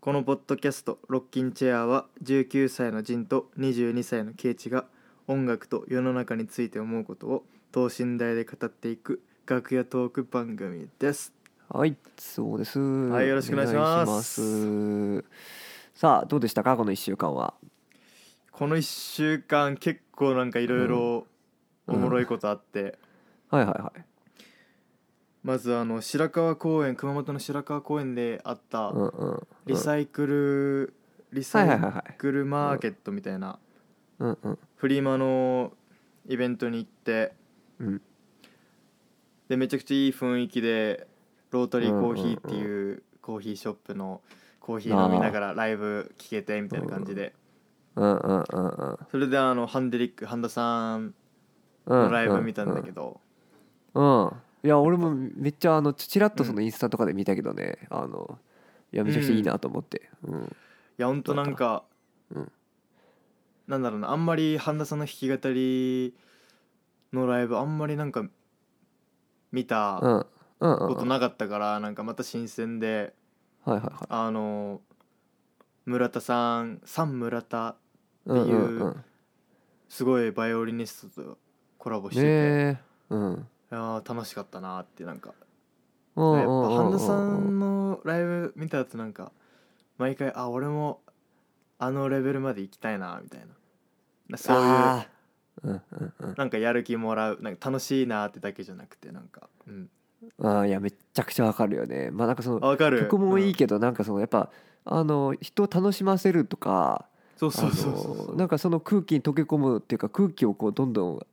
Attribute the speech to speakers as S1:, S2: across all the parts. S1: このポッドキャスト「ロッキンチェア」は19歳のジンと22歳のケイチが音楽と世の中について思うことを等身大で語っていく楽屋トーク番組です
S2: はい、そうです。はい
S1: よろしくお願いします
S2: さあ、どうでしたか、この一週間は。
S1: この1週間結構なんかいろいろおもろいことあって、
S2: はいはいはい。
S1: まずあの白川公園熊本の白川公園であった
S2: うんうんうん。
S1: リサイクル、リ
S2: は
S1: サ
S2: いはいはい
S1: イ
S2: はい。
S1: クルマーケットみたいな
S2: うんうん
S1: フリマのイベントに行って
S2: うん。
S1: でめちゃくちゃいい雰囲気でロートリーコーヒーっていうコーヒーショップのコーヒー飲みながらライブ聴けてみたいな感じで
S2: うんうんうんうん
S1: それであのハンデリック半田さん
S2: うん
S1: のライブ見たんだけど
S2: うんうんいや俺もめっちゃあのちらっとそのインスタとかで見たけどね、あのいやめちゃくちゃいいなと思って、うん
S1: いやほんとなんか
S2: どうだった
S1: なんだろうなあんまり半田さんの弾き語りのライブあんまりなんか見た
S2: うん、うんうんう
S1: こ
S2: ん
S1: となかったからなんかまた新鮮で
S2: はいはいは
S1: あの村田さんサン村田
S2: いうん
S1: っていう
S2: うんうん
S1: すごいバイオリニストとコラボしてて、
S2: ねえうん
S1: いやー楽しかったなーってなんか
S2: うん
S1: や
S2: う
S1: っぱ
S2: んうん
S1: 半田さ
S2: うん
S1: んのライブ見た後なんか毎回あ俺もあのレベルまで行きたいなーみたいななそういう
S2: あーうんうんうん
S1: なんかやる気もらうなんか楽しいなーってだけじゃなくてなんか、うん、
S2: あーいやめっちゃくちゃわかるよねまあなんかそ
S1: あ
S2: の
S1: わかる
S2: 曲もいいけど、なんかそのやっぱあの人を楽しませるとか
S1: うんそうそうそうそう
S2: あ
S1: そ
S2: の
S1: う
S2: なんかその空気に溶け込むっていうか空気をこうどんどん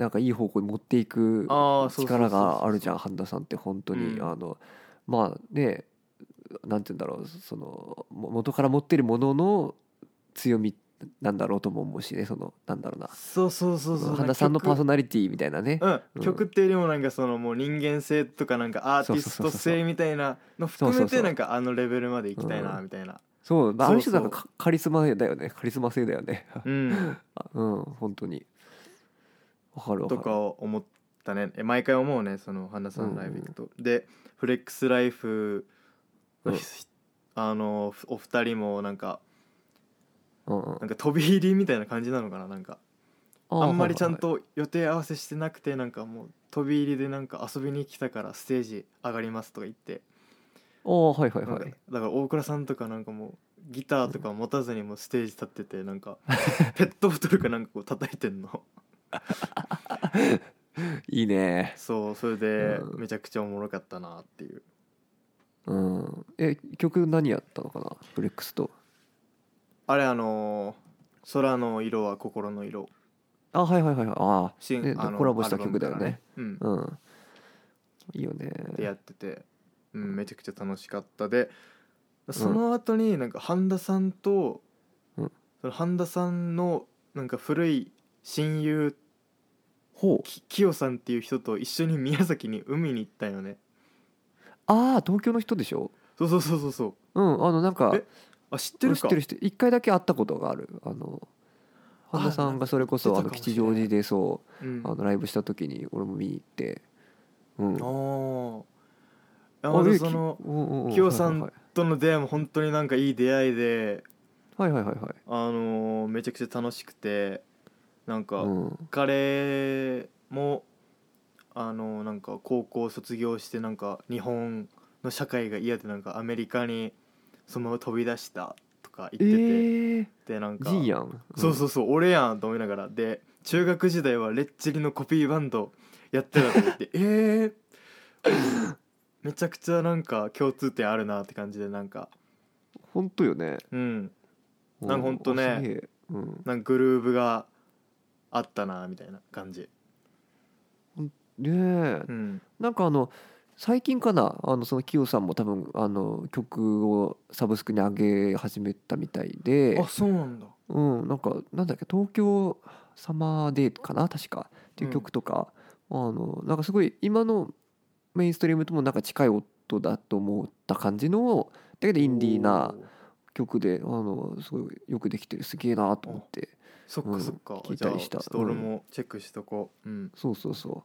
S2: なんかいい方向に持っていく
S1: あーそうそうそうそう
S2: 力があるじゃん半田さんって本当に、
S1: うん
S2: あのまあねなんて言うんだろうそのも元から持ってるものの強みなんだろうとも思うしねそのなんだろうな
S1: そうそうそうそう
S2: 半田さんのパーソ
S1: ナ
S2: ナリティみたいなね、
S1: う、
S2: うんん
S1: 曲っていうよりもなんかそのもう人間性とかなんかアーティスト
S2: そうそうそうそう
S1: 性みたいなの含
S2: そ
S1: め
S2: うそう
S1: て
S2: そう
S1: なんかあのレベルまで行きたいな
S2: うん
S1: みたいな
S2: そう、まあ、あ
S1: そう
S2: る種なんか
S1: そう
S2: カカリスマだよねカリスマ性だよね
S1: うん
S2: あうん本当にわかるわか
S1: と
S2: る
S1: かを思ったねえ毎回思うねその花さんのライブ行くと、でフレックスライフのひ、あのふお二人もなんか
S2: うんうん
S1: なんか飛び入りみたいな感じなのかななんかあんまりちゃんと予定合わせしてなくてなんかもう飛び入りでなんか遊びに来たからステージ上がりますとか言って、
S2: ああはいはい
S1: な
S2: は
S1: んか
S2: い
S1: だから大倉さんとかなんかもうギターとか持たずにもうステージ立っててなん かペットボトルかなんかこう叩いてんの
S2: いいね
S1: そうそれで
S2: うん
S1: めちゃくちゃおもろかったなっていう
S2: うんえ曲何やったのかなブレックスと
S1: あれあのー空の色は心の色」
S2: あはいはいはいはいあ
S1: 新
S2: ね
S1: あの
S2: コラボした
S1: アルバム
S2: 曲だよね
S1: からね。
S2: あうんいいよね
S1: うん、でやってて、うん、めちゃくちゃ楽しかったでその後になんか半田さんと、
S2: うん
S1: その半田さんのなんか古い親友
S2: ほう
S1: ききよさんっていう人と一緒に宮崎に海に行ったんよね
S2: ああ東京の人でしょ
S1: そうそうそうそうそう
S2: うんあのなんか
S1: えあ知ってるか
S2: 知ってる人一回だけ会ったことがあるあの
S1: あ
S2: 半田さんがそれこそ
S1: 言
S2: あ
S1: って
S2: の
S1: たかもしれ
S2: 吉
S1: ない
S2: 祥寺でそう
S1: うん、
S2: あのライブした時に俺も見に行ってうん
S1: ああ
S2: あえ
S1: その
S2: きうんうんうん
S1: きよさん
S2: はい
S1: との出会いも本当になんかいい出会いで
S2: はいはいはいはい
S1: あのーめちゃくちゃ楽しくてなんか、
S2: うん
S1: 彼もあのなんか高校卒業してなんか日本の社会が嫌でなんかアメリカにそのまま飛び出したとか言
S2: え
S1: ってて、
S2: ー
S1: でなんか
S2: G やん
S1: そうそうそう俺やんと思いながらで中学時代はレッチリのコピーバンドやってたと言って えー、めちゃくちゃなんか共通点あるなって感じでなんか
S2: うん本当よね
S1: うんなんかほんとね
S2: おすげえうん、
S1: なんかグルーブがあったなみたいな感じ
S2: ねえ
S1: うん
S2: なんかあの最近かなあのそのキヨさんも多分あの曲をサブスクに上げ始めたみたいで
S1: あ、そうなんだ
S2: うん、なんかなんだっけ東京サマーデーかな確かっていう曲とか、あのなんかすごい今のメインストリームともなんか近い音だと思った感じのだけどインディーな
S1: おー
S2: 曲であのすごいよくできてるすげえなと思って
S1: そっかそっか、
S2: うん聞いたりした
S1: じゃあちょっと俺もチェックしとこう、うん
S2: そうそうそう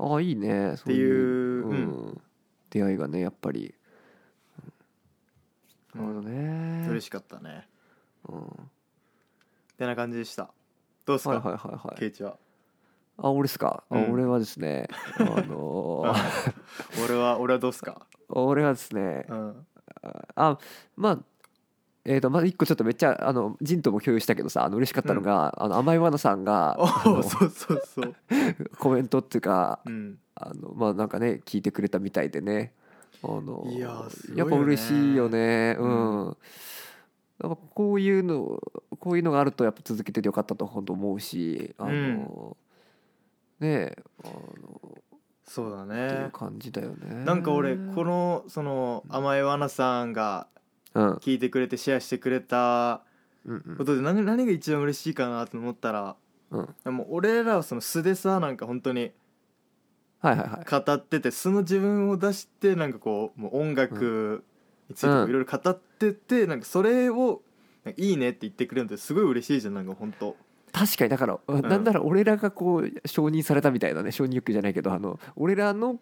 S2: ああいいね
S1: っ
S2: そう
S1: ていう
S2: うん出会いがねやっぱりなるほどね
S1: 嬉しかったね
S2: うん、
S1: てな感じでしたどうですか、
S2: はいはいはいは
S1: ケ
S2: い
S1: イチは
S2: あ俺っすか、あ
S1: うん
S2: 俺はです ねあのー
S1: 俺は俺はどうっすか、
S2: 俺はですね
S1: うん、
S2: あまあえー、とまず一個ちょっとめっちゃあのジンとも共有したけどさあの嬉しかったのが、あの甘いわなさんが
S1: お
S2: あの
S1: おそうそうそう
S2: コメントっていうか
S1: うん
S2: あのまあなんかね聞いてくれたみたいでねあの
S1: いやーすごいよね
S2: やっぱ嬉しいよねう
S1: うん
S2: ん、やっぱこういうのこういうのがあるとやっぱ続けててよかったと本当思うしあの、ねえあの、
S1: そうだ
S2: っていう
S1: ね
S2: 感じだよね
S1: なんか俺このその甘えわなさんが
S2: うんうん
S1: 聞いてくれてシェアしてくれた
S2: うん
S1: ことで何何が一番嬉しいかなと思ったら
S2: うん
S1: もう俺らはその素でさなんか本当に
S2: はいはいはい
S1: 語ってて素の自分を出してなんかこうもう音楽についていろ
S2: うん
S1: いろ語ってて、なんかそれを「いいね」って言ってくれるのってすごい嬉しいじゃんなんか本当
S2: 確かにだから、なんなら俺らがこう承認されたみたいなね承認欲求じゃないけどあの俺らの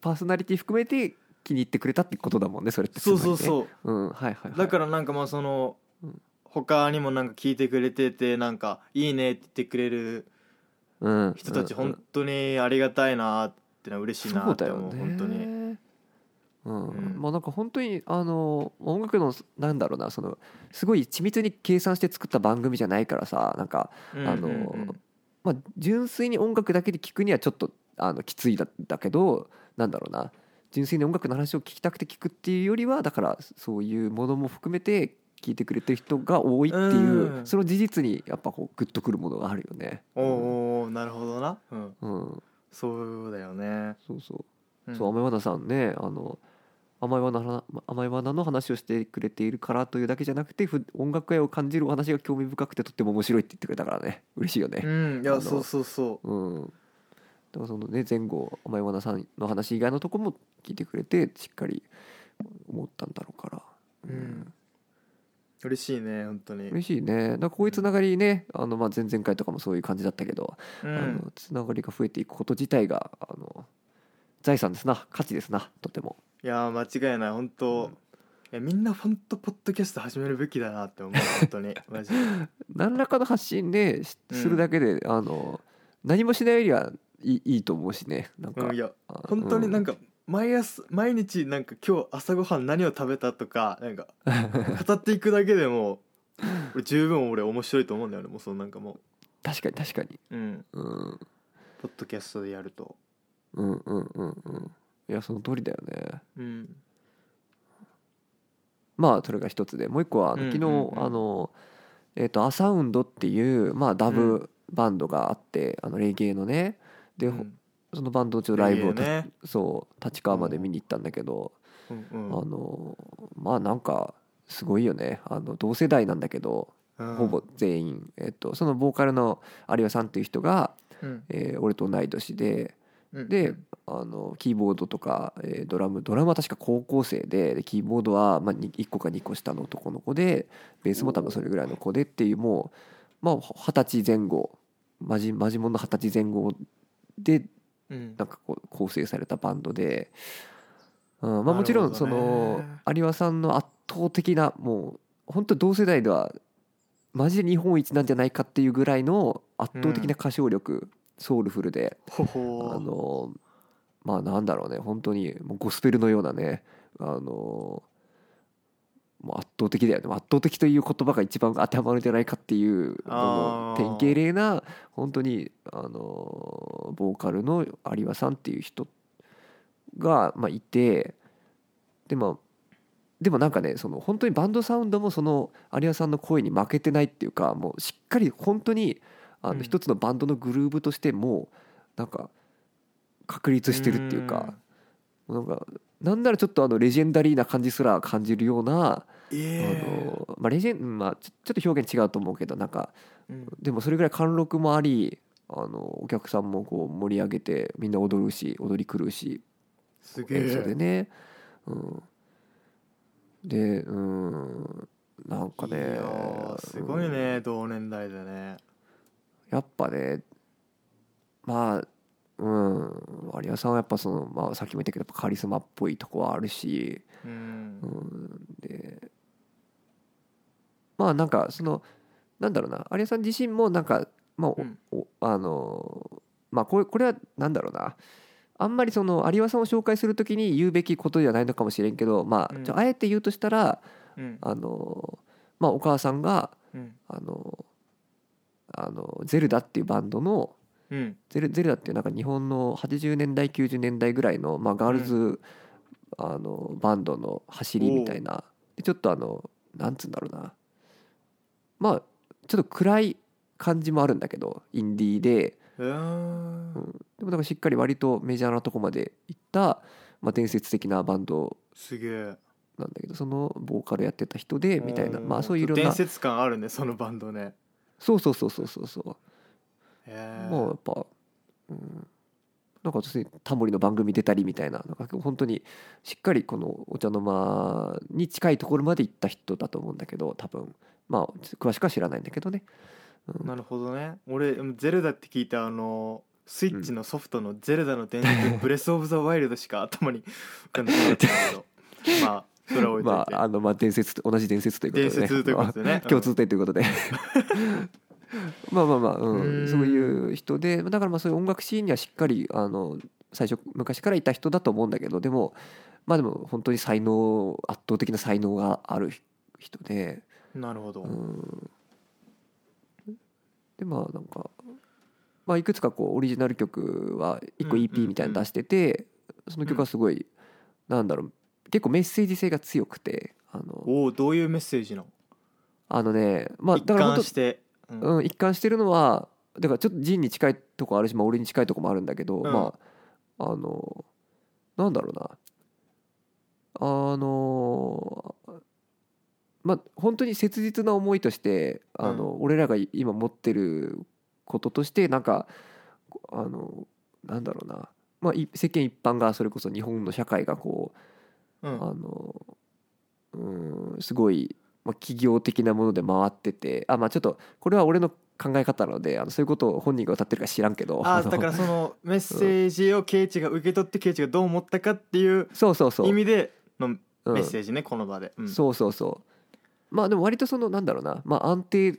S2: パーソナリティ含めて気に入ってくれたってことだもんねそれって
S1: そうそうそう
S2: う、うん、はいはい、はい、
S1: だからなんかまあその、
S2: うん
S1: 他にもなんか聞いてくれててなんか「いいね」って言ってくれる
S2: うん、
S1: 人たち
S2: うんうん
S1: 本当にありがたいなってのは嬉しいな
S2: そう
S1: っ
S2: だ
S1: て
S2: よ
S1: 思う
S2: ね
S1: 本当に
S2: うん
S1: うん
S2: まあなんか本当にあの音楽のなんだろうなそのすごい緻密に計算して作った番組じゃないからさなんか、あの
S1: うんうんうん
S2: まあ、純粋に音楽だけで聞くにはちょっとあのきついだだけどなんだろうな純粋に音楽の話を聞きたくて聞くっていうよりはだからそういうものも含めて聞いてくれてる人が多いっていう、
S1: うん
S2: その事実にやっぱこうグッとくるものがあるよね。
S1: おうおうなるほどな、うん、
S2: うん、
S1: そうだよね、
S2: そうそう
S1: うん
S2: そう甘いわなさんねあの甘いわな甘いわなの話をしてくれているからというだけじゃなくてふ音楽愛を感じるお話が興味深くてとっても面白いって言ってくれたからね嬉しいよね
S1: うんいや
S2: あの
S1: そうそうそう
S2: うん、だからそのね前後甘いわなさんの話以外のとこも聞いてくれてしっかり思ったんだろうから、
S1: うん嬉しいね本当に、
S2: 嬉しいねなんかこういうつながりねあの、まあ、前々回とかもそういう感じだったけど、
S1: う
S2: あ
S1: ん
S2: の、つながりが増えていくこと自体があの財産ですな価値ですなとても
S1: いやー間違いない本当、
S2: うん
S1: いやみんな本当ポッドキャスト始めるべきだなって思う本当にマジで
S2: 何らかの発信で、し
S1: うん
S2: するだけであの何もしないよりはいいいいと思うしねなんか、
S1: うんいや本当になん
S2: か、
S1: か毎朝毎日なんか今日朝ごはん何を食べたとかなんか語っていくだけでも俺十分俺面白いと思うんだよねもうそのなんかも
S2: 確かに確かに、
S1: う、うん、
S2: うん、
S1: ポッドキャストでやると
S2: うんうんうんうんいやその通りだよね
S1: うん
S2: まあそれが一つでもう一個はあの
S1: うん
S2: 昨日、
S1: うんうん
S2: あのえっ、とアサウンドっていうまあダブバンドがあって、あのレゲエのねで、
S1: うん
S2: そのバンドのちょっとライブを
S1: いいよね
S2: そう立川まで見に行ったんだけど、
S1: うん
S2: あのまあなんかすごいよねあの同世代なんだけど
S1: うん
S2: ほぼ全員、えっと、そのボーカルの有吉さんっていう人が、
S1: うん
S2: えー俺と同い年で
S1: うん
S2: であのキーボードとか、えードラムドラムは確か高校生ででキーボードは、まあ、に1個か2個下の男の子でベースも多分それぐらいの子でっていうもうまあ二十歳前後マジマジモンの二十歳前後で
S1: うん
S2: なんかこう構成されたバンドで、うんまあ、もちろん
S1: な
S2: そ
S1: るほど
S2: の
S1: ね
S2: 有馬さんの圧倒的なもう本当同世代ではマジで日本一なんじゃないかっていうぐらいの圧倒的な歌唱力、ソウルフルで
S1: ほ
S2: あ
S1: ほ
S2: のまあなんだろうね本当にもうゴスペルのようなねあのもう圧倒的だよね圧倒的という言葉が一番当てはまるんじゃないかっていう
S1: あ
S2: の
S1: ー
S2: の典型例な本当にあのボーカルの有馬さんっていう人が、まあ、いてで,、まあ、でもなんかねその本当にバンドサウンドもその有馬さんの声に負けてないっていうかもうしっかり本当にあ
S1: うん
S2: の一つのバンドのグルーブとしてもなんか確立してるっていうか、なんかなんならちょっとあのレジェンダリーな感じすら感じるような、
S1: うんえ
S2: あのまあ、レジェン、まあ、ちょちょっと表現違うと思うけどなんか
S1: えうん
S2: でもそれぐらい貫禄もありあのお客さんもこう盛り上げてみんな踊るし踊り狂うし
S1: すげ
S2: 演奏で
S1: え
S2: ね、うん、でうんなんか
S1: い
S2: ね
S1: やーすごいね同年代でね
S2: やっぱねまあうん有吉さんはやっぱその、まあ、さっきも言ったけどやっぱカリスマっぽいとこはあるし、
S1: う
S2: うんん、でまあなんかそのなんだろうな有吉さん自身もなんかまあ、お
S1: うん
S2: おあのーまあこれこれはなんだろうなあんまりその有吉さんを紹介するときに言うべきことではないのかもしれんけど、ま
S1: う
S2: あ、
S1: ん
S2: ちょあえて言うとしたら、
S1: うん
S2: あのーまあ、お母さんが
S1: うん
S2: あのーあのゼルダっていうバンドの
S1: うん
S2: ゼルゼルダっていうなんか日本の80年代90年代ぐらいの、まあ、ガールズ、あのバンドの走りみたいなでちょっとあのなんつうんだろうなまあちょっと暗い感じもあるんだけどインディーで
S1: うーん
S2: でもなんかしっかり割とメジャーなとこまで行った、まあ、伝説的なバンド
S1: すげえ
S2: なんだけどそのボーカルやってた人でみたいなまあそういういろん
S1: 伝
S2: な
S1: 説感あるねそのバンドね
S2: そうそうそうそうそうそう
S1: へえ
S2: もうやっぱ、うん、なんか私タモリの番組出たりみたいななんか本当にしっかりこのお茶の間に近いところまで行った人だと思うんだけど多分まあ詳しくは知らないんだけどね、うん
S1: なるほどね俺でもゼルダって聞いたあのスイッチのソフトの「ゼルダの伝説」 ブレス・オブ・ザ・ワイルド」しか頭に浮かんでこなかったんだけど まあそれは置いとい
S2: ま
S1: て、
S2: ああのまあ伝説と同じ伝説ということで、ね、
S1: 伝説ということでね
S2: まあ
S1: うん
S2: 共通点ということで まあまあまあ、うん
S1: うーん
S2: そういう人でだからまあそういう音楽シーンにはしっかりあの最初昔からいた人だと思うんだけどでもまあでも本当に才能圧倒的な才能がある人で
S1: なるほど、
S2: うんでまあなんか、まあ、いくつかこうオリジナル曲は1個
S1: うんうんう
S2: EP
S1: ん
S2: みたいなの出してて、その曲はすごい、なんだろう結構メッセージ性が強くてあの
S1: おおどういうメッセージなの、
S2: あのねまあ
S1: 一
S2: だから
S1: 貫
S2: 本
S1: して、う
S2: 当、うん、一貫してるのはだからちょっとジンに近いとこあるし、まあ、俺に近いとこもあるんだけど、
S1: ん
S2: まああのなんだろうなあのまあ本当に切実な思いとしてあの、俺らが今持ってることとしてなんかあのなんだろうな、まあ、い世間一般がそれこそ日本の社会がこ
S1: う
S2: う、
S1: ん
S2: あのうんすごい、まあ、企業的なもので回っててあまあちょっとこれは俺の考え方なのであのそういうことを本人が歌ってるか知らんけど
S1: あ
S2: あの
S1: ーだからそのメッセージをケイチが受け取ってケイチがどう思ったかっていう
S2: そうそうそう
S1: 意味でのメ
S2: うん
S1: ッセージね、この場で、うん
S2: そうそうそうまあでも割とそのなんだろうな、まあ、安定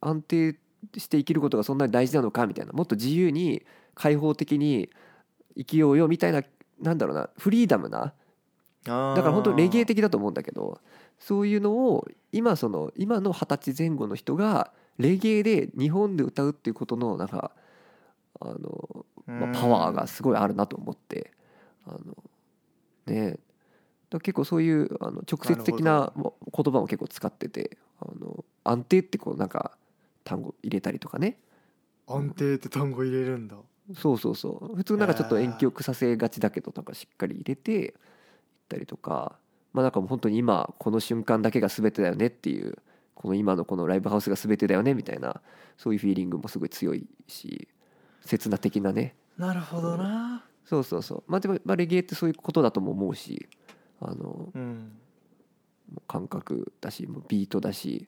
S2: 安定して生きることがそんなに大事なのかみたいなもっと自由に開放的に生きようよみたいななんだろうなフリーダムな
S1: あー
S2: だから本当レゲエ的だと思うんだけどそういうのを今その今の二十歳前後の人がレゲエで日本で歌うっていうことのなんかあの、まあ、パワーがすごいあるなと思ってあのねえだから結構そういうあの直接的な言葉も結構使っててあの安定ってこうなんか単語入れたりとかね
S1: うん安定って単語入れるんだ
S2: そうそうそう普通なんかちょっと
S1: へー
S2: 遠曲させがちだけどなんかしっかり入れていったりとかまあなんかもう本当に今この瞬間だけが全てだよねっていうこの今のこのライブハウスが全てだよねみたいなそういうフィーリングもすごい強いし刹那的なね
S1: なるほどな
S2: そうそうそうまあでもまあレゲエってそういうことだとも思うしあの
S1: うん
S2: 感覚だしもうビートだし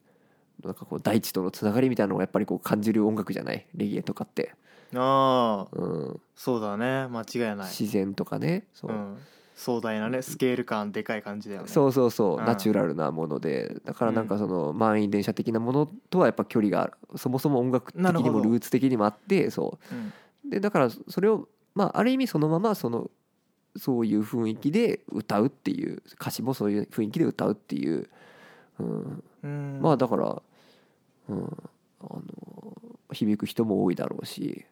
S2: なんかこう大地とのつながりみたいなのをやっぱりこう感じる音楽じゃないレゲエとかって、
S1: ああ
S2: うん、
S1: そうだね間違いない、
S2: 自然とかねそう、
S1: うん、壮大なねスケール感でかい感じだよね
S2: そうそうそう、
S1: うん
S2: ナチュラルなものでだからなん
S1: う
S2: か
S1: ん
S2: その満員電車的なものとはやっぱ距離があるそもそも音楽的
S1: なる
S2: に
S1: ほ
S2: も
S1: ど
S2: ルーツ的にもあってそ
S1: うん
S2: うでだからそれをまあある意味そのままそのそういう雰囲気で歌うっていう歌詞もそういう雰囲気で歌うっていう、うん、
S1: うん
S2: まあだから、うん、あの響く人も多いだろうし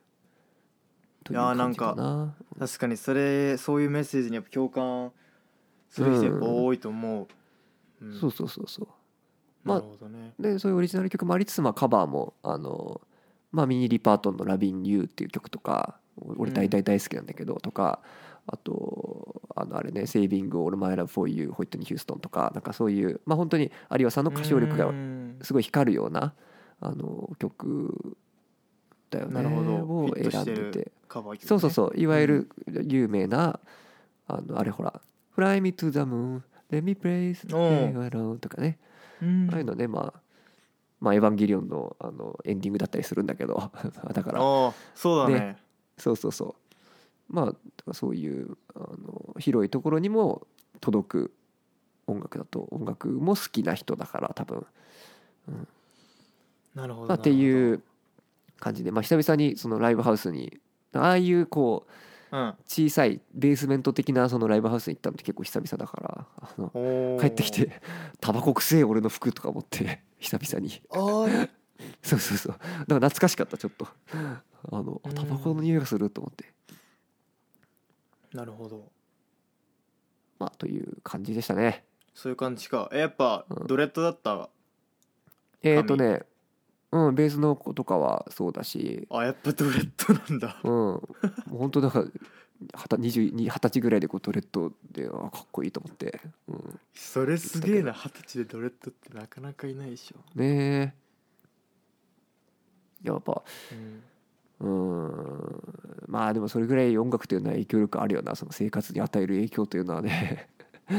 S2: という
S1: いやー
S2: 感じかな。
S1: 確かにそれそういうメッセージにやっぱ共感する人やっぱ多いと思う、うん
S2: そうそうそうそうまあ
S1: なるほどね、
S2: でそういうオリジナル曲もありつつ、まあ、カバーもあの、まあ、ミニ・リパートンの「ラビン・ユー」っていう曲とかお俺
S1: うん
S2: 大体大好きなんだけど、とかあとあのあれね「セービング・オール・マイ・ラブ・フォー・ユー」ホイットニー・ヒューストンとかなんかそういう、まあ、本当に有吉さんの歌唱力
S1: う
S2: が
S1: ん
S2: すごい光るようなあの曲だよね
S1: なるほど
S2: を
S1: フィット
S2: 選
S1: して
S2: んで
S1: る
S2: て
S1: カバー曲、ね、
S2: そうそうそういわゆる有名な、あのあれほら「Fly Me to the Moon」「Let Me Place」「
S1: おう
S2: Alone」とかね
S1: うん
S2: ああいうのね、まあ、まあ、エヴァンゲリオン のあのエンディングだったりするんだけど、だから、
S1: ああそうだね
S2: そうそうそう。まあだからそういうあの広いところにも届く音楽だと音楽も好きな人だから多分、
S1: なるほど
S2: まあ、っていう感じで、まあ、久々にそのライブハウスにああいうこう
S1: なる
S2: 小さいベースメント的なそのライブハウスに行ったのって結構久々だからあの
S1: ほどうんおー
S2: 帰ってきて「タバコくせえ俺の服」とか思って久々に
S1: あー
S2: そうそうそうだから懐かしかったちょっとあの
S1: う
S2: あ
S1: ん
S2: タバコの匂いがすると思って
S1: なるほど
S2: まあという感じでしたね
S1: そういう感じかえやっぱ
S2: うん
S1: ドレッドだった
S2: えっ、とねうんベースの子とかはそうだし
S1: あやっぱドレッドなんだ
S2: うんもう本当だからはた22 20歳ぐらいでこうドレッドであかっこいいと思って、うん、
S1: それすげえな二十歳でドレッドってなかなかいないでしょ、
S2: ねえやっぱ
S1: うん
S2: うーんまあでもそれぐらい音楽というのは影響力あるよなその生活に与える影響というのはねフ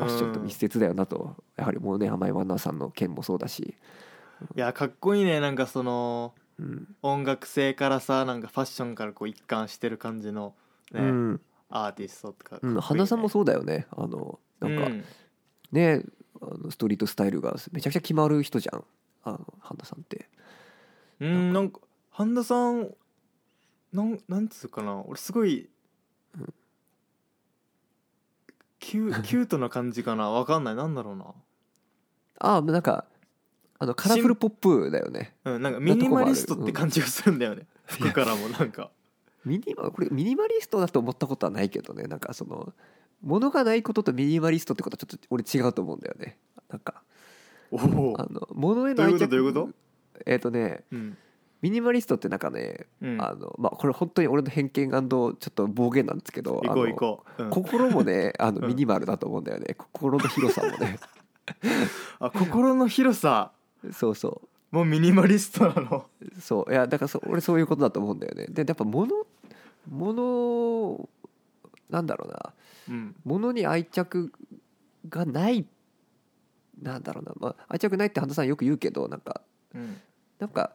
S2: ァッションと密接だよなとやはりもうね甘いワンナーさんの件もそうだし、
S1: いやかっこいいねなんかその
S2: うん
S1: 音楽性からさなんかファッションからこう一貫してる感じのね、
S2: うん
S1: アーティストとかかっこ
S2: う
S1: いい
S2: ん、
S1: ね
S2: 花さんもそうだよねあのなんか
S1: うん
S2: ね、あのストリートスタイルがめちゃくちゃ決まる人じゃんあの花さんって。
S1: うんなんか半田さんなんなんつうかな俺すごい、
S2: うん
S1: キュキュートな感じかなわかんないなんだろう
S2: ああなんかあのカラフルポップだよね。
S1: な、うん、なんかミニマリストって感じがするんだよね、
S2: うん
S1: 服からもなんか
S2: ミニマこれミニマリストだと思ったことはないけどねなんかその物がないこととミニマリストってことはちょっと俺違うと思うんだよねなんか
S1: おお
S2: あの物へ
S1: ど
S2: の
S1: ういう
S2: 愛
S1: こと
S2: 着
S1: どういうこと
S2: えっ、とね
S1: うん
S2: ミニマリストってなんかね、
S1: うん
S2: あのまあこれ本当に俺の偏見ちょっと暴言なんですけど
S1: 行こう
S2: あの
S1: 行こう、うん
S2: 心 もねあ
S1: う
S2: の
S1: ん
S2: ミニマルだと思うんだよね、心の広さも ね
S1: あ心の広さ
S2: そうそう
S1: もうミニマリストなの
S2: そういやだからそ俺そういうことだと思うんだよねでやっぱ物物なんだろうな
S1: うん
S2: 物に愛着がないなんだろうな、まあ、愛着ないって半田さんよく言うけどなんか
S1: うん
S2: なんか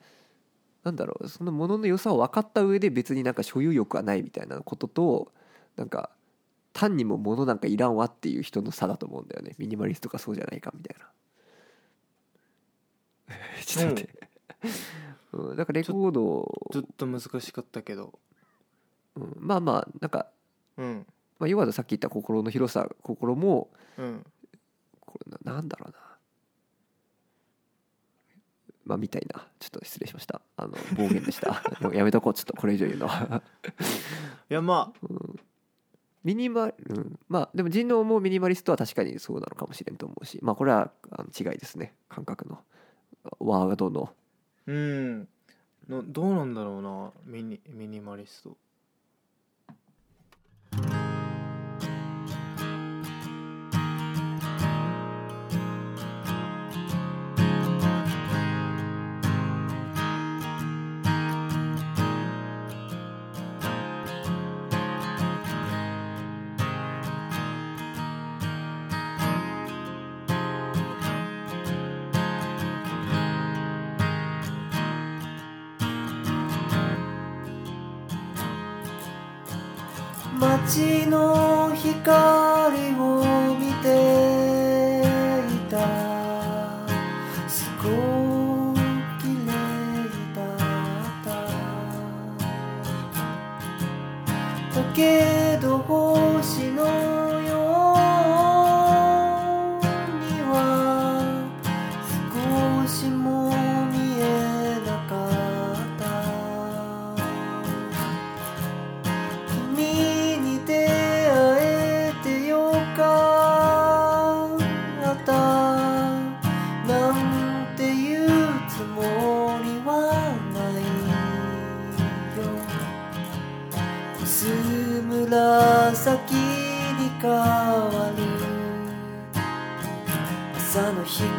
S2: なんだろうその物の良さを分かった上で別になんか所有欲はないみたいなこととなんか単にもう物なんかいらんわっていう人の差だと思うんだよねミニマリストかそうじゃないかみたいな ちょっと待って、うん、だからレコードを
S1: ちょっと難しかったけど
S2: うん、まあまあなんか、
S1: うん
S2: まあ、要はさっき言った心の広さ心も
S1: うん
S2: これななんだろうなまあみたいなちょっと失礼しましたあの暴言でした もうやめとこうちょっとこれ以上言うの は
S1: いやまあ
S2: ミニマル、うん、まあでも人能もミニマリストは確かにそうなのかもしれんと思うしまあこれはあの違いですね感覚のワードの
S1: うんのどうなんだろうなミニミニマリスト
S3: 街の光を見ていたすごく綺麗だっただけど星のようには少しも見えなかった君に出会えてよかったなんて言うつもりはないよ薄紫に変わる朝の光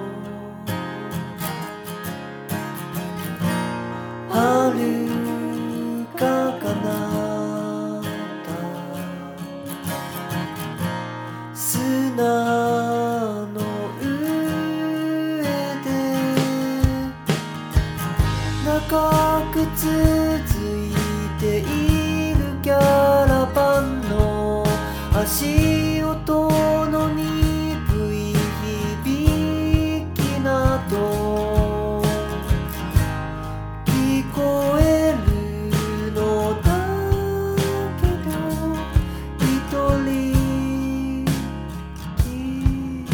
S3: の遥か彼方砂の上で流長く続いているキャラバンの足音の鈍い響きなど聞こえるのだけど一人きり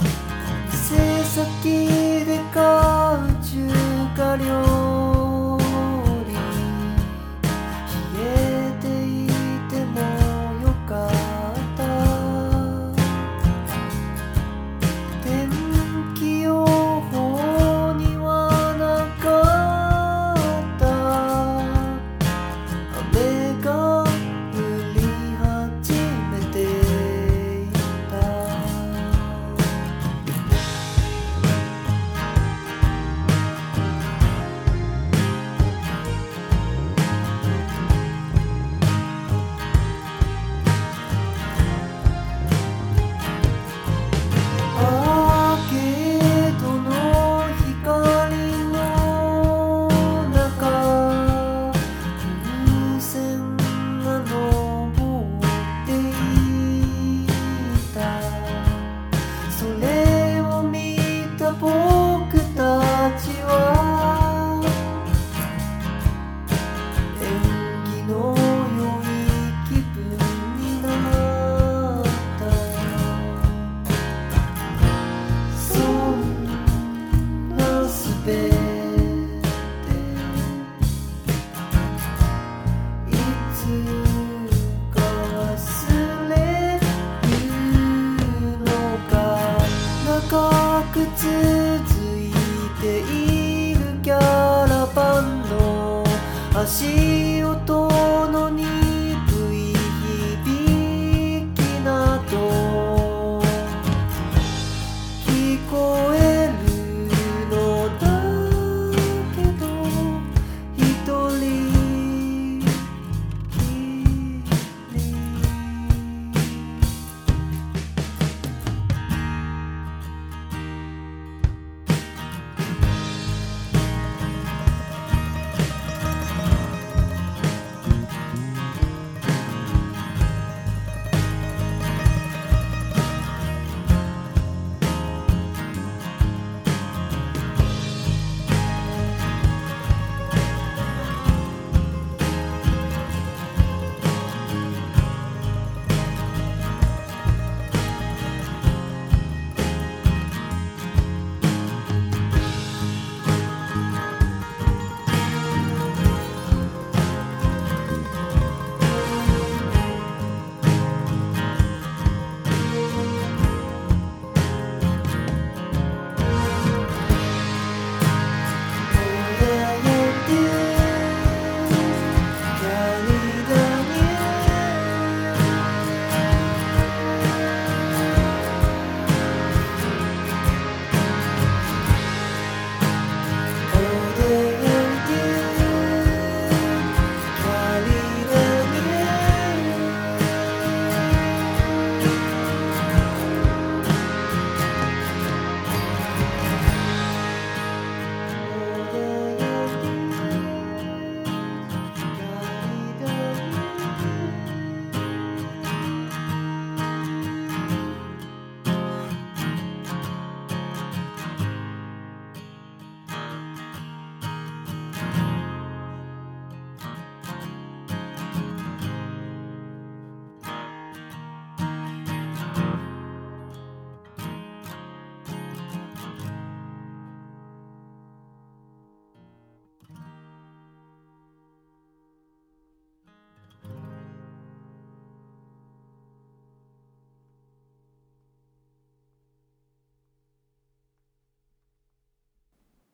S3: 店先で買う中華料理冷えていてもよかった天気予報にはなかった雨が降り始めていたアーケードの光の中風船が登っていたそれを見た僕たちは縁起の良い気分になったそんなすべていつか忘れるのか長く続いているキャラバンの足音の鈍い響きなど聞こえるのだけど一人きり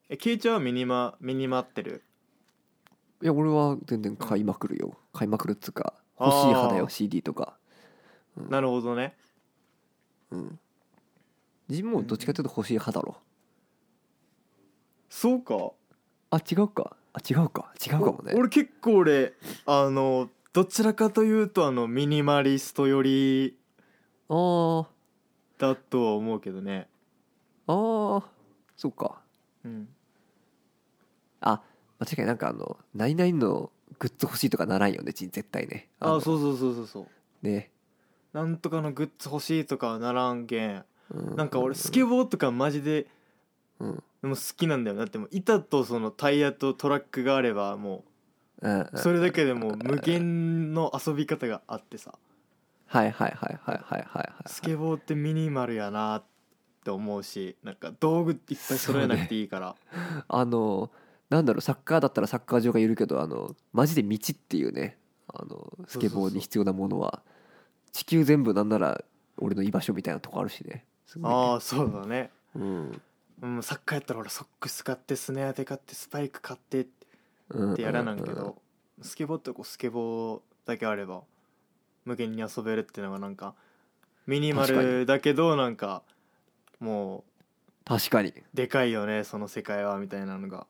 S1: えケイちゃんはミニマミニマってる
S2: いや俺は全然買いまくるよ買いまくるっつうか欲しい派だ
S1: あ
S2: よ
S1: ー
S2: CD とか
S1: なるほどね
S2: うん自分もどっちかというと欲しい派だろ
S1: そうか
S2: あ違うかあ違うか違うかもね
S1: お俺結構俺あのどちらかというとあのミニマリスト寄り
S2: あー
S1: だとは思うけどね
S2: あーそうか
S1: うん
S2: あ間違いなんかあの「ナイナイのグッズ欲しいとかならんよねちん絶対ね
S1: あ
S2: の
S1: そうそうそうそうそう
S2: ね
S1: なんとかのグッズ欲しいとかはならんけん
S2: う
S1: なんか俺スケボーとかマジで
S2: うん
S1: でも好きなんだよなってもう板とそのタイヤとトラックがあればも
S2: うんうん
S1: うそれだけでもう無限の遊び方があってさ
S2: はいはいはいはいはいはいはい
S1: スケボーってミニマルやなって思うしなんか道具いっぱい揃えなくていいから
S2: あのなんだろうサッカーだったらサッカー場がいるけどあのマジで道っていうねあのスケボーに必要なものは地球全部なんなら俺の居場所みたいなとこあるしねすごいね
S1: ああそうだね
S2: うん
S1: うんサッカーやったら俺ソックス買ってスネアで買ってスパイク買ってっ
S2: うん
S1: てやらなんけ
S2: うんうん
S1: どスケボーってこうスケボーだけあれば無限に遊べるっていうのがなんかミニマ
S2: 確か
S1: ルだけどなんかもう
S2: 確かに
S1: でかいよねその世界はみたいなのが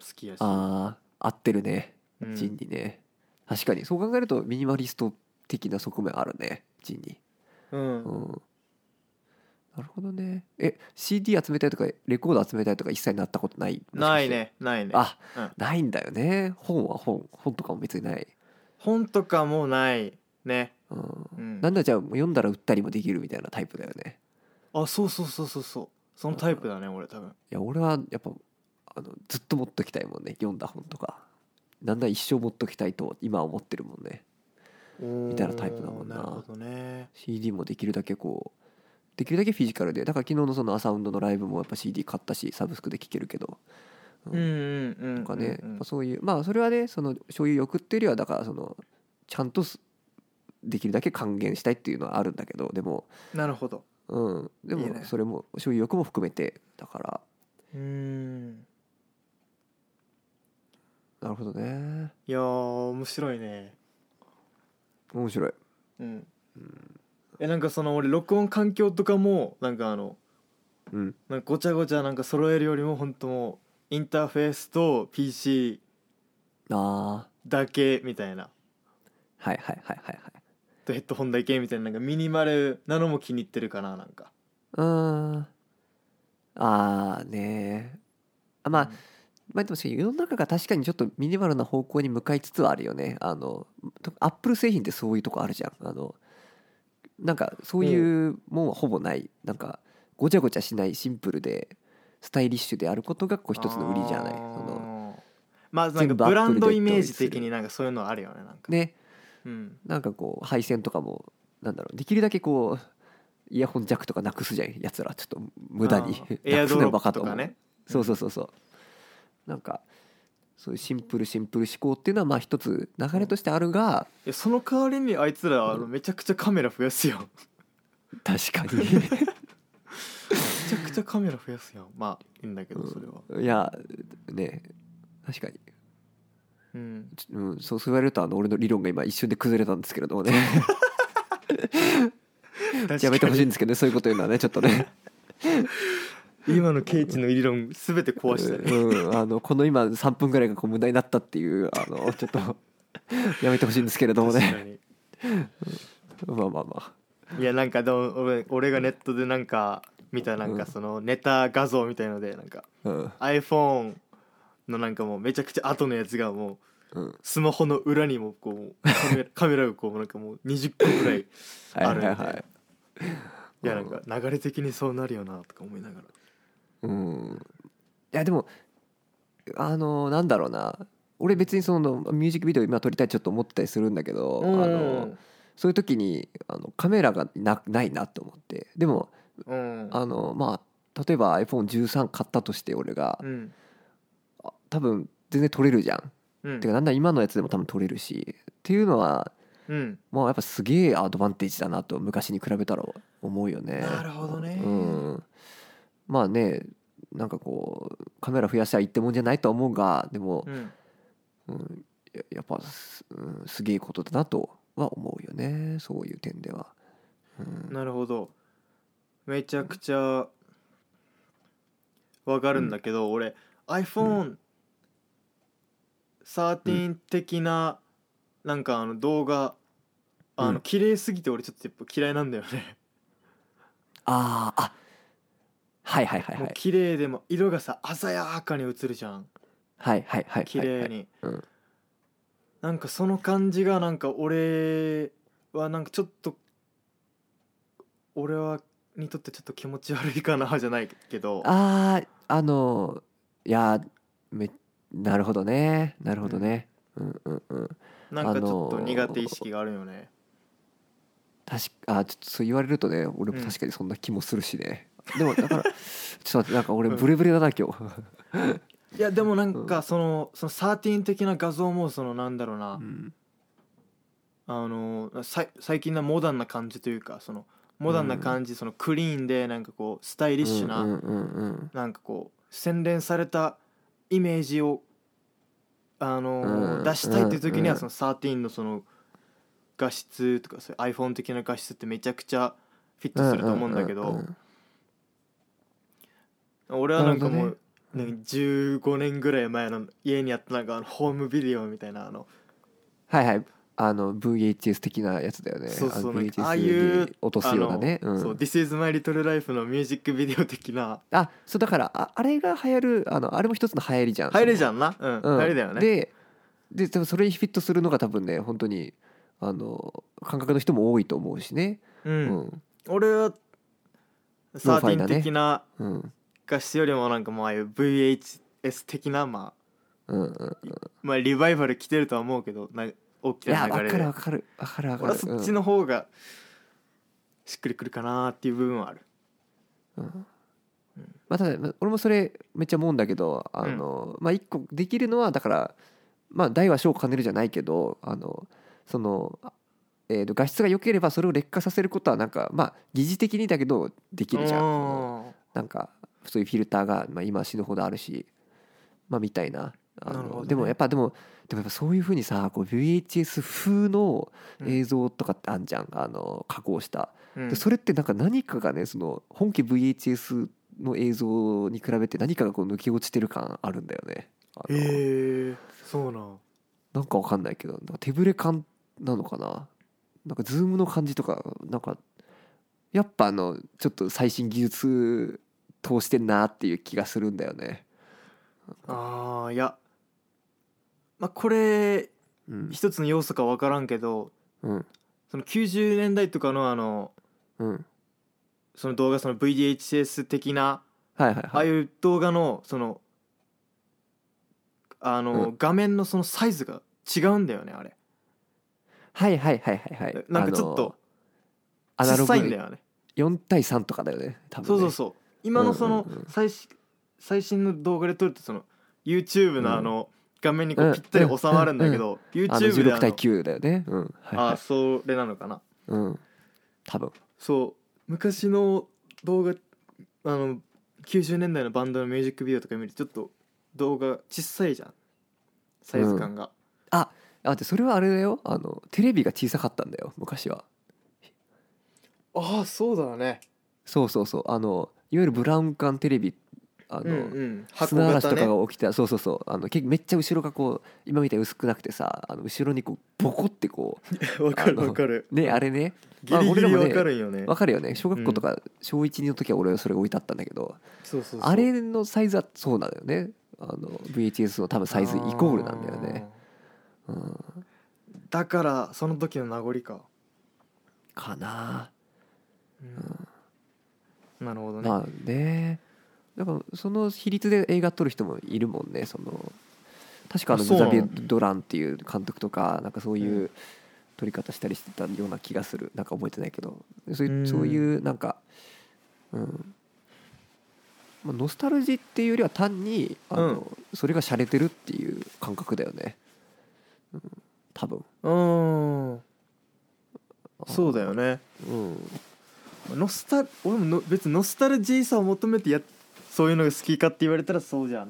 S1: 好きやし
S2: ああ合ってるね
S1: うん
S2: ジンにね、確かにそう考えるとミニマリスト的な側面あるねジンに
S1: うん
S2: うんなるほどねえ CD 集めたいとかレコード集めたいとか一切なったことない
S1: ないねないね
S2: あ、
S1: うん
S2: ないんだよね本は本本とかも別にない、
S1: 本とかもないね
S2: うん
S1: うん
S2: なんだじゃあもう読んだら売ったりもできるみたいなタイプだよね
S1: あそうそうそうそうそうそのタイプだね俺多分
S2: いや俺はやっぱあのずっと持っときたいもんね読んだ本とかなんだ一生持っときたいと今は思ってるもんねみたいなタイプだもんな
S1: おーなるほどね
S2: CD もできるだけこうできるだけフィジカルでだから昨日のそのアサウンドのライブもやっぱ CD 買ったしサブスクで聴けるけど
S1: うんうんうん
S2: とかね、
S1: うんうん
S2: やっぱそういうまあそれはねその所有欲っていうよりはだからそのちゃんとすできるだけ還元したいっていうのはあるんだけどでも
S1: なるほど
S2: うんで
S1: いい
S2: も
S1: ね
S2: それも所有欲も含めてだから
S1: うん
S2: なるほどね
S1: いやー面白いね
S2: 面白い
S1: うん
S2: うん、
S1: えなんかその俺録音環境とかもなんかあの
S2: うん、
S1: なんかごちゃごちゃなんか揃えるよりも本当もうインターフェースと PC
S2: あ
S1: だけみたいな
S2: ーはいはいはいはいはい
S1: とヘッドホンだけみたいななんかミニマルなのも気に入ってるかななんか
S2: うーんあーねあまあまあでも世の中が確かにちょっとミニマルな方向に向かいつつはあるよねあのとアップル製品ってそういうとこあるじゃんあのなんかそういうもんはほぼない、なんかごちゃごちゃしないシンプルでスタイリッシュであることがこう一つの売りじゃないその
S1: のまあなんか
S2: 全部
S1: ブランドイメー
S2: アッ
S1: ジ
S2: プルで
S1: 的になんかそういうのあるよねなんか
S2: ね
S1: うん
S2: なんかこう配線とかもなんだろうできるだけこうイヤホンジャックとかなくすじゃんやつらちょっと無駄に
S1: あー エアドロップとか
S2: なくすのはバカ思う
S1: ね
S2: そうそうそうそうなんかそういうシンプルシンプル思考っていうのはまあ一つ流れとしてあるが
S1: いやその代わりにあいつらあのめちゃくちゃカメラ増やすよ
S2: 確かに
S1: めちゃくちゃカメラ増やすよまあいいんだけど
S2: うん
S1: それは、
S2: いやね確かに、
S1: うん、
S2: ちうん、そうそう言われるとあの俺の理論が今一瞬で崩れたんですけれどもねやめてほしいんですけどねそういうこと言うのはねちょっとね
S1: 今のケイチの理論全て 壊したね
S2: うん、あのこの今3分ぐらいがこう無駄になったっていうあのちょっとやめてほしいんですけれども
S1: 確
S2: ね
S1: かに
S2: まあまあま
S1: いやなんかでも俺俺がネットでなんか見たなん
S2: う
S1: か
S2: ん
S1: そのネタ画像みたいのでなんか
S2: あ、うん、
S1: iPhone のなんかもうめちゃくちゃ後のやつがもう
S2: うん、
S1: スマホの裏にもこうカ メラカメラがこうなんかもう20個ぐらいい
S2: はいはい
S1: ある
S2: は
S1: よ
S2: い
S1: ねやなんか流れ的にそうなるよなとか思いながら
S2: うんいやでもあのなんだろうな俺別にそのミュージックビデオ今撮りたいちょっと思ったりするんだけど、あのそういう時にあのカメラがなないなと思ってでも
S1: うん
S2: あのまあ例えば iPhone13 買ったとして俺が、
S1: うん
S2: あ多分全然撮れるじゃん、
S1: うん
S2: てかなんなら今のやつでも多分撮れるしっていうのは
S1: うん
S2: まあやっぱすげえアドバンテージだなと昔に比べたら思うよね
S1: なるほどね
S2: うんまあねなんかこうカメラ増やしゃいいってもんじゃないとは思うがでも、
S1: うん
S2: うん、ややっぱす,、うん、すげえことだなとは思うよねそういう点では。うん、
S1: なるほどめちゃくちゃわかるんだけど、俺 iPhone13 的な、なんかあの動画あの、
S2: うん
S1: 綺麗すぎて俺ちょっとやっぱ嫌いなんだよね、
S2: あーあはいはいはいは
S1: もう
S2: い
S1: 綺麗でも色がさ鮮やかに映るじゃん
S2: はいはいはい
S1: 綺麗に、
S2: うん
S1: なんかその感じがなんか俺はなんかちょっと俺はにとってちょっと気持ち悪いかなじゃないけど
S2: あーあのいやーめなるほどねなるほどね、うん、うんうん
S1: なんかちょっと
S2: あのー
S1: 苦手意識があるよね、
S2: 確かあちょっとそう言われるとね俺も確かにそんな気もするしね、でもだから ちょっと待ってなんか俺
S1: うん
S2: ブレブレだな今日
S1: いやでもなん
S2: う
S1: かそのその13的な画像もそのなんだろうな、
S2: うん
S1: あのーさい最近のモダンな感じというかそのモダンな感じ、そのクリーンでなんかこうスタイリッシュな、
S2: うんうんうん
S1: なんかこう洗練されたイメージをあのー、
S2: うん
S1: 出したいっていう時に
S2: う
S1: は
S2: ん
S1: その13のその画質とかそういう iPhone 的な画質ってめちゃくちゃフィッ
S2: う
S1: ト
S2: ん
S1: すると思うんだけど、
S2: うんうん
S1: 俺はなんかもう、
S2: な
S1: な
S2: るほどね
S1: んか15年ぐらい前の家にあったなんかあのホームビデオみたいなあの
S2: はいはいあの VHS 的なやつだよね
S1: そうそう
S2: あの
S1: なんかああ
S2: VHS
S1: いう
S2: に落とすようなね
S1: あの
S2: ん
S1: そう「This is my little life」のミュージックビデオ的な
S2: あそうだからああれが流行るあのあれも一つの流行りじゃん
S1: 入るじ
S2: ん、
S1: ゃんなうん、
S2: うん
S1: 流れだよね
S2: でで多分それにフィットするのが多分ね本当にあの感覚の人も多いと思うしね
S1: う
S2: うんん
S1: 俺は
S2: ローファイな
S1: 13
S2: ね
S1: 的な
S2: うん
S1: 画質よりもなんかもうああいう VHS 的なま
S2: うんうん
S1: あ、まあ、リバイバル来てるとは思うけどな大き
S2: い
S1: な
S2: やわか
S1: 流れ
S2: る
S1: で
S2: わかるわかるわか
S1: 俺は
S2: る
S1: そっちの方がしっくりくるかなっていう部分はある
S2: うんうんまあただまあ俺もそれめっちゃ思うんだけどあの、まあ一個できるのはだからまあ大は小を兼ねるじゃないけどあのその、あえーと画質が良ければそれを劣化させることはなんかまあ疑似的にだけどできるじゃん。その
S1: うん
S2: なんかそういうフィルターが、まあ、今死ぬほどあるしまあみたいなあ
S1: な
S2: の
S1: るほどね
S2: でもやっぱでもでもやっぱそういうふうにさこう VHS 風の映像とかってあんじゃん、あの加工した、
S1: うん
S2: でそれってなんか何かがねその本家 VHS の映像に比べて何かがこう抜け落ちてる感あるんだよねあ
S1: へ
S2: の、
S1: えそうなん
S2: なんかわかんないけどなんか手ぶれ感なのかななんかズームの感じとかなんかやっぱあのちょっと最新技術通してんなっていう気がするんだよね。
S1: あーいやまあこれ
S2: うん、
S1: 一つの要素か分からんけど
S2: うん、
S1: その90年代とかのあの
S2: うん、
S1: その動画その VHS 的な
S2: はいはい
S1: ああ
S2: はいい。
S1: う動画のそのあの、
S2: う
S1: 画面のそのサイズが違うんだよねあれ
S2: はいはいはいはいはい。
S1: なんかちょっと
S2: あのアナロ
S1: 小さいんだ
S2: グ
S1: よね
S2: 4対3とかだよね多分ね。
S1: そうそうそう今のその
S2: うんうんうん
S1: 最新最新の動画で撮るとその YouTube のあの画面にこ
S2: う
S1: うんぴったり収まるんだけど
S2: あの
S1: YouTube であ
S2: 16対
S1: の
S2: 9だよね。うん、はいは
S1: あ
S2: い
S1: ー。それなのかな
S2: うん、多分。
S1: そう昔の動画あの90年代のバンドのミュージックビデオとか見るとちょっと動画小さいじゃんサイズ感が、
S2: あ待ってそれはあれだよ。あのテレビが小さかったんだよ昔は。
S1: ああそうだね
S2: そうそうそうあのいわゆるブラウン管テレビあの、
S1: うんうん
S2: 砂嵐と
S1: ね
S2: かが起きたらそうそうそうあの結構めっちゃ後ろがこう今みたいに薄くなくてさあの後ろにこうボコってこ
S1: わかるわかる
S2: うねあれね
S1: ギリギリわかるんよね,、
S2: わかるよね小学校とか小1の時は俺はそれ置いてあったんだけど、
S1: そうそうそう
S2: あれのサイズはそうなんだよねあの VHS の多分サイズイコールなんだよね、うん、
S1: あーだからその時の名残か、
S2: かな
S1: うんなるほどね、
S2: まあねだからその比率で映画撮る人もいるもんねその確かあの
S1: あ
S2: グ
S1: そうな
S2: ザ
S1: の
S2: ビエ・ドランっていう監督とかなんかそういうう撮り方したりしてたような気がするなんか覚えてないけどそう
S1: う
S2: い
S1: ん
S2: うそういうなんか、うんまあ、ノスタルジーっていうよりは単にあの、それが洒落てるっていう感覚だよね、うん多分
S1: うんそうだよね
S2: うん
S1: ノスタル俺もの別にノスタルジーさを求めてやそういうのが好きかって言われたらそうじゃ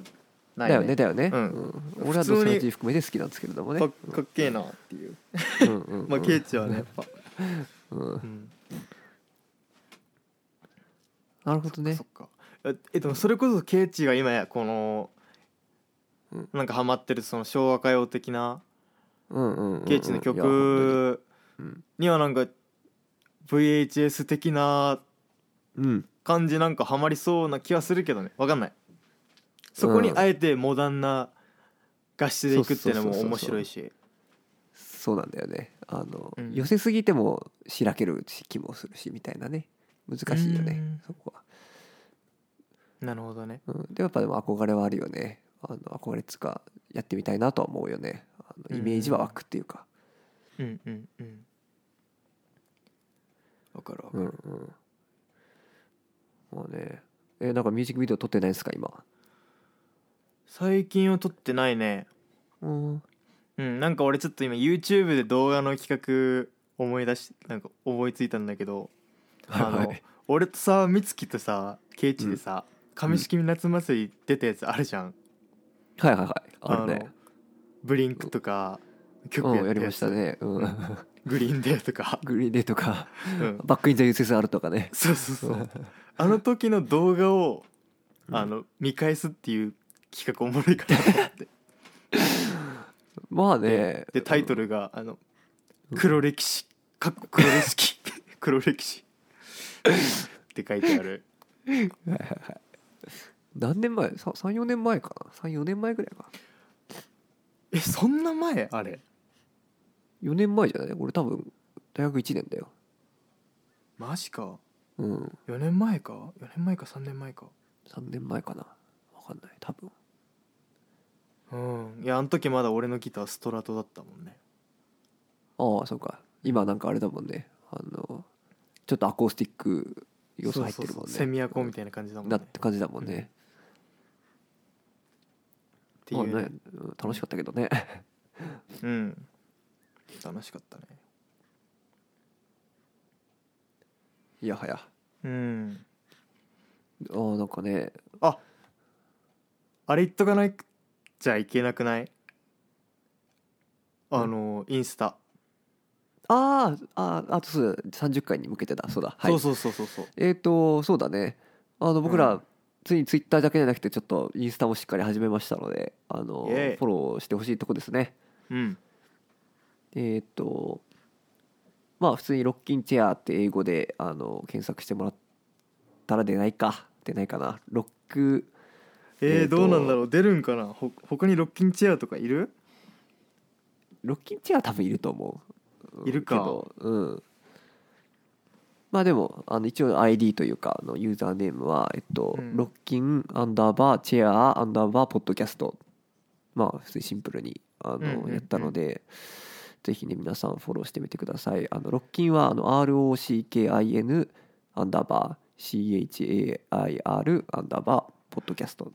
S1: ない
S2: だよねだよね、
S1: うん
S2: うん俺はドスラジ含めて好きなんですけれどもね
S1: かかっけえなっていう、
S2: うんうんうん
S1: まあケイチはねやっぱ、
S2: うん
S1: うん
S2: なるほどね
S1: そっかええでもそれこそケイチが今やこの、
S2: うん
S1: なんかハマってるその昭和歌謡的な
S2: うんうんうんうん
S1: ケイチの
S2: いや本
S1: 曲
S2: 当にうん
S1: にはなんか VHS 的な
S2: うん
S1: 感じなんかハマりそうな気はするけどねわかんないそこにあえてモダンな合詞でいくっていうのも面白いし
S2: そうなんだよねあの、
S1: うん
S2: 寄せすぎてもしらけるし気もするしみたいなね難しいよね、
S1: うん
S2: そこは、
S1: なるほどね
S2: うん、でもやっぱでも憧れはあるよねあの憧れっつうかやってみたいなとは思うよねあのイメージは湧くっていうか、
S1: うんうんうんわかるわか
S2: う
S1: る、
S2: ん、うんまあねえなんかミュージックビデオ撮ってないんですか今
S1: 最近は撮ってないね
S2: うん
S1: うんなんか俺ちょっと今 YouTube で動画の企画思い出しなんか思いついたんだけどあの、
S2: はい
S1: 俺とさ美月とさケイチでさ、上式夏祭り出たやつあるじゃん、
S2: はいはいはいある
S1: の
S2: ね
S1: ブリンクとか曲や
S2: う
S1: っ
S2: ん
S1: て
S2: やりましたね、うん
S1: う、グリーンデーと か、
S2: グリーンデーとか
S1: うん、
S2: バックインザユーセスあるとかね
S1: そうそうそうあの時の動画を、あの見返すっていう企画おもろいかなと思 って
S2: まあね
S1: でタイトルが「あの
S2: うん
S1: 黒歴史」かっこ黒歴史 黒歴史って書いてある
S2: 何年前34年前かな34年前ぐらいか
S1: えそんな前あれ
S2: 4年前じゃない俺多分大学1年だよ
S1: マジか
S2: うん
S1: 4年前か4年前か3年前か
S2: 3年前かな分かんない多分
S1: うんいやあの時まだ俺のギターストラトだったもんね
S2: ああそうか今なんかあれだもんねあのちょっとアコースティック要素入ってる
S1: そ
S2: もんね
S1: うそうそうセミアコみたいな感じだもんね
S2: なって感じだもんね,、
S1: っていう
S2: まあ
S1: ね
S2: ねうん楽しかったけどね
S1: うん楽しかったね
S2: いやはや
S1: うん
S2: ああなんかね
S1: あれ言っとかないじゃいけなくないあのインスタ、
S2: あーあーあとそうだ30回に向けてだそうだはい
S1: そうそうそうそうそう
S2: えっ、とそうだねあの僕ら、
S1: うん
S2: ついにツイッターだけじゃなくてちょっとインスタもしっかり始めましたのであの
S1: イ
S2: フ
S1: エイ
S2: ォローしてほしいとこですね
S1: うん
S2: えっ、とまあ普通にロッキンチェアって英語であの検索してもらったら出ないか出ないかなロック
S1: え
S2: え
S1: ー、
S2: ーと
S1: どうなんだろう出るんかなほ他にロッキンチェアとかいる
S2: ロッキンチェアは多分いると思う
S1: いるか
S2: けどうんまあでもあの一応 ID というかあのユーザーネームはえっと、
S1: うん
S2: ロッキンアンダーバーチェアアンダーバーポッドキャストまあ普通にシンプルにあ
S1: うんうんう
S2: の
S1: ん
S2: やったので、ぜひね皆さんフォローしてみてくださいあのロッキンはあの ROCKIN アンダーバー CHAIR アンダーバーポッドキャスト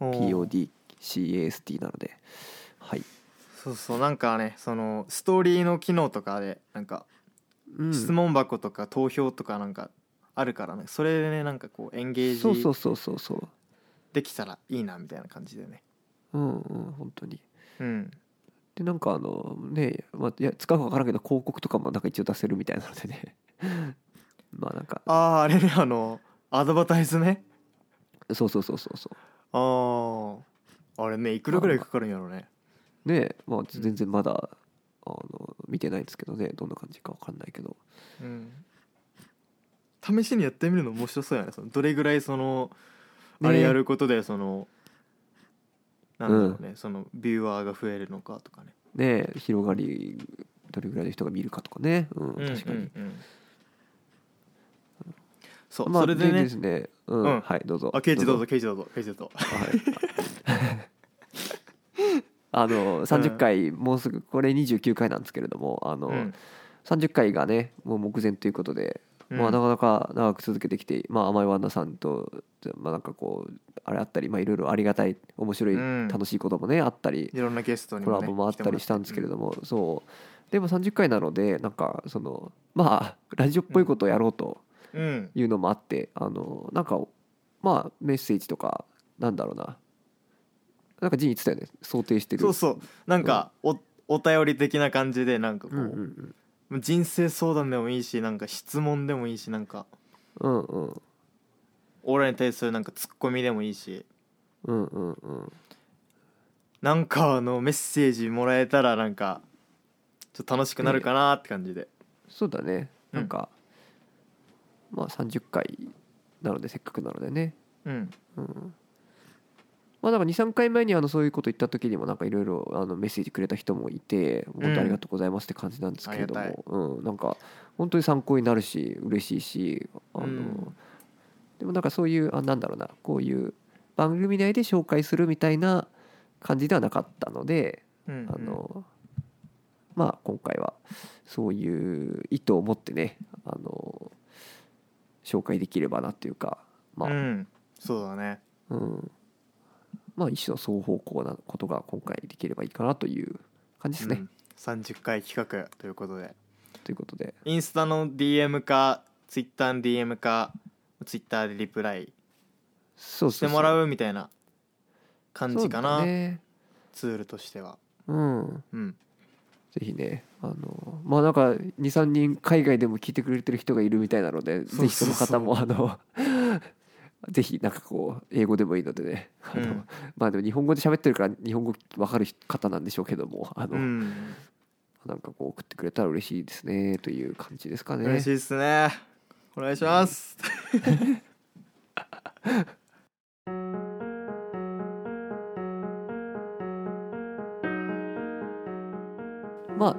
S1: おー
S2: PODCAST なのではい、
S1: そうそうなんかねそのストーリーの機能とかでなんか
S2: うん
S1: 質問箱とか投票とかなんかあるからねそれでねなんかこうエンゲ
S2: そう
S1: ー
S2: そう
S1: ジ
S2: そうそうそう
S1: できたらいいなみたいな感じでね
S2: うんうん本当に
S1: うん
S2: でなんかあのね、まあ、いや使うか分からんけど広告とかもなんか一応出せるみたいなのでね まあなんか
S1: あああれねあのアドバタイズね
S2: そうそうそうそうそ
S1: あああれねいくらぐらいかかるんやろうね
S2: うねまあ全然まだあの見てないですけどねどんな感じか分かんないけど
S1: うん試しにやってみるの面白そうやねそのどれぐらいその
S2: ね
S1: あれやることでその、なんだろうね、そのビューワーが増えるのかとかね
S2: ね広がりどれぐらいの人が見るかとかねうん確か
S1: う
S2: に、
S1: んうんうんそう、
S2: まあ
S1: それでね
S2: ですねうん、
S1: うん
S2: はいどうぞ
S1: あケイチどうぞケイチどうぞケイチどうぞ
S2: はい あの30回もうすぐこれ29回なんですけれどもあの、
S1: うん
S2: 30回がねもう目前ということで、
S1: うん
S2: まあ、なかなか長く続けてきて、まあ、甘いワンダさんと、まあ、なんかこうあれあったり、まあ、いろいろありがたい面白い、
S1: うん
S2: 楽しいこともねあったり
S1: いろんなゲストに
S2: コ
S1: も、
S2: ラ
S1: ね、
S2: ボもあったりしたんですけれ
S1: ど、
S2: ども、そうでも30回なのでなんかその まあラジオっぽいことをやろうと
S1: うん
S2: いうのもあってあのなんか、ままあメッセージとかなんだろうななんかジン言ってたよね想定してる
S1: そうそうなんかおお便り的な感じでなんかこ
S2: うんうんう
S1: う、
S2: ん
S1: 人生相談でもいいしなんか質問でもいいしなんか
S2: うんうん
S1: 俺らに対するなんかツッコミでもいいし
S2: うんうんうん
S1: なんかあのメッセージもらえたらなんかちょっと楽しくなるかなって感じで、
S2: そうだね
S1: うん
S2: なんか、まあ30回なのでせっかくなのでね
S1: うん
S2: うんまあ、なんか23回前にあのそういうこと言った時にもなんかいろいろあのメッセージくれた人もいて本当ありがとうございますって感じなんですけれど
S1: ありが
S2: も、うんなんか本当に参考になるし嬉しいしあの、
S1: うん
S2: でもなんかそういうあなんだろうなこういう番組内で紹介するみたいな感じではなかったので、
S1: うん
S2: あのまあ今回はそういう意図を持ってねあの紹介できればなっていうかまあ、
S1: うんそうだね
S2: うん、まあ一種の双方向なことが今回できればいいかなという感じですね。
S1: うん、30回企画ということで
S2: ということで、
S1: インスタの DM かツイッターの DM かツイッターでリプライ
S2: そう
S1: し
S2: そ
S1: て
S2: うそう
S1: もらうみたいな感じか
S2: そう
S1: な、
S2: だね
S1: ツールとしては
S2: うん、
S1: うん
S2: ぜひね、あのまあなんか二三人海外でも聞いてくれてる人がいるみたいなので、
S1: そう
S2: ぜひその方もあの。 ぜひなんかこう英語でもいいのでね、あの
S1: うん
S2: まあでも日本語で喋ってるから日本語わかる方なんでしょうけどもあの、
S1: うん、
S2: なんかこう送ってくれたら嬉しいですねという感じですかね。
S1: 嬉しいですねお願いします、
S2: まあ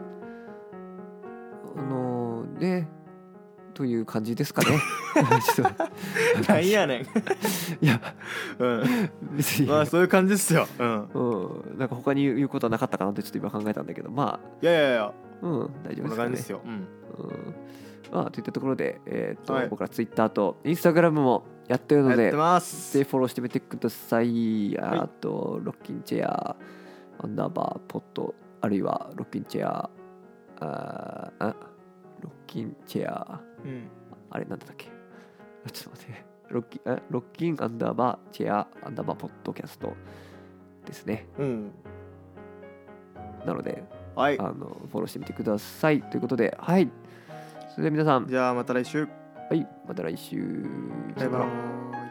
S2: あのーねという感じですか ね。ちょっと
S1: なんやねん、
S2: いや
S1: うん、
S2: 別に、
S1: まあそういう感じっすよ、うん、
S2: うん、なんか他に言うことはなかったかなってちょっと今考えたんだけどま
S1: いやいやいや
S2: あうん大丈
S1: こ
S2: 夫
S1: んな
S2: ですか
S1: 感
S2: ね
S1: じっ。すよ、うん、
S2: うんまあ、といったところで、えーっと
S1: はい
S2: 僕らツイッターとインスタグラムもやってるの
S1: やっ
S2: で
S1: てま
S2: ぜ
S1: す
S2: ひフォローしてみてください。
S1: はい
S2: あと、ロッキンチェア、アンダーバー、ポット、あるいはロッキンチェア、あーあロッキンチェア、
S1: うん
S2: あれなんだったっけあちょっと待って。ロッキン、えロッキンアンダーバーチェアアンダーバーポッドキャストですね。
S1: うん
S2: なので、
S1: はい
S2: あの、フォローしてみてください。ということで、はい。それでは皆さん、
S1: じゃあまた来週
S2: はい、また来週。
S1: バイバイ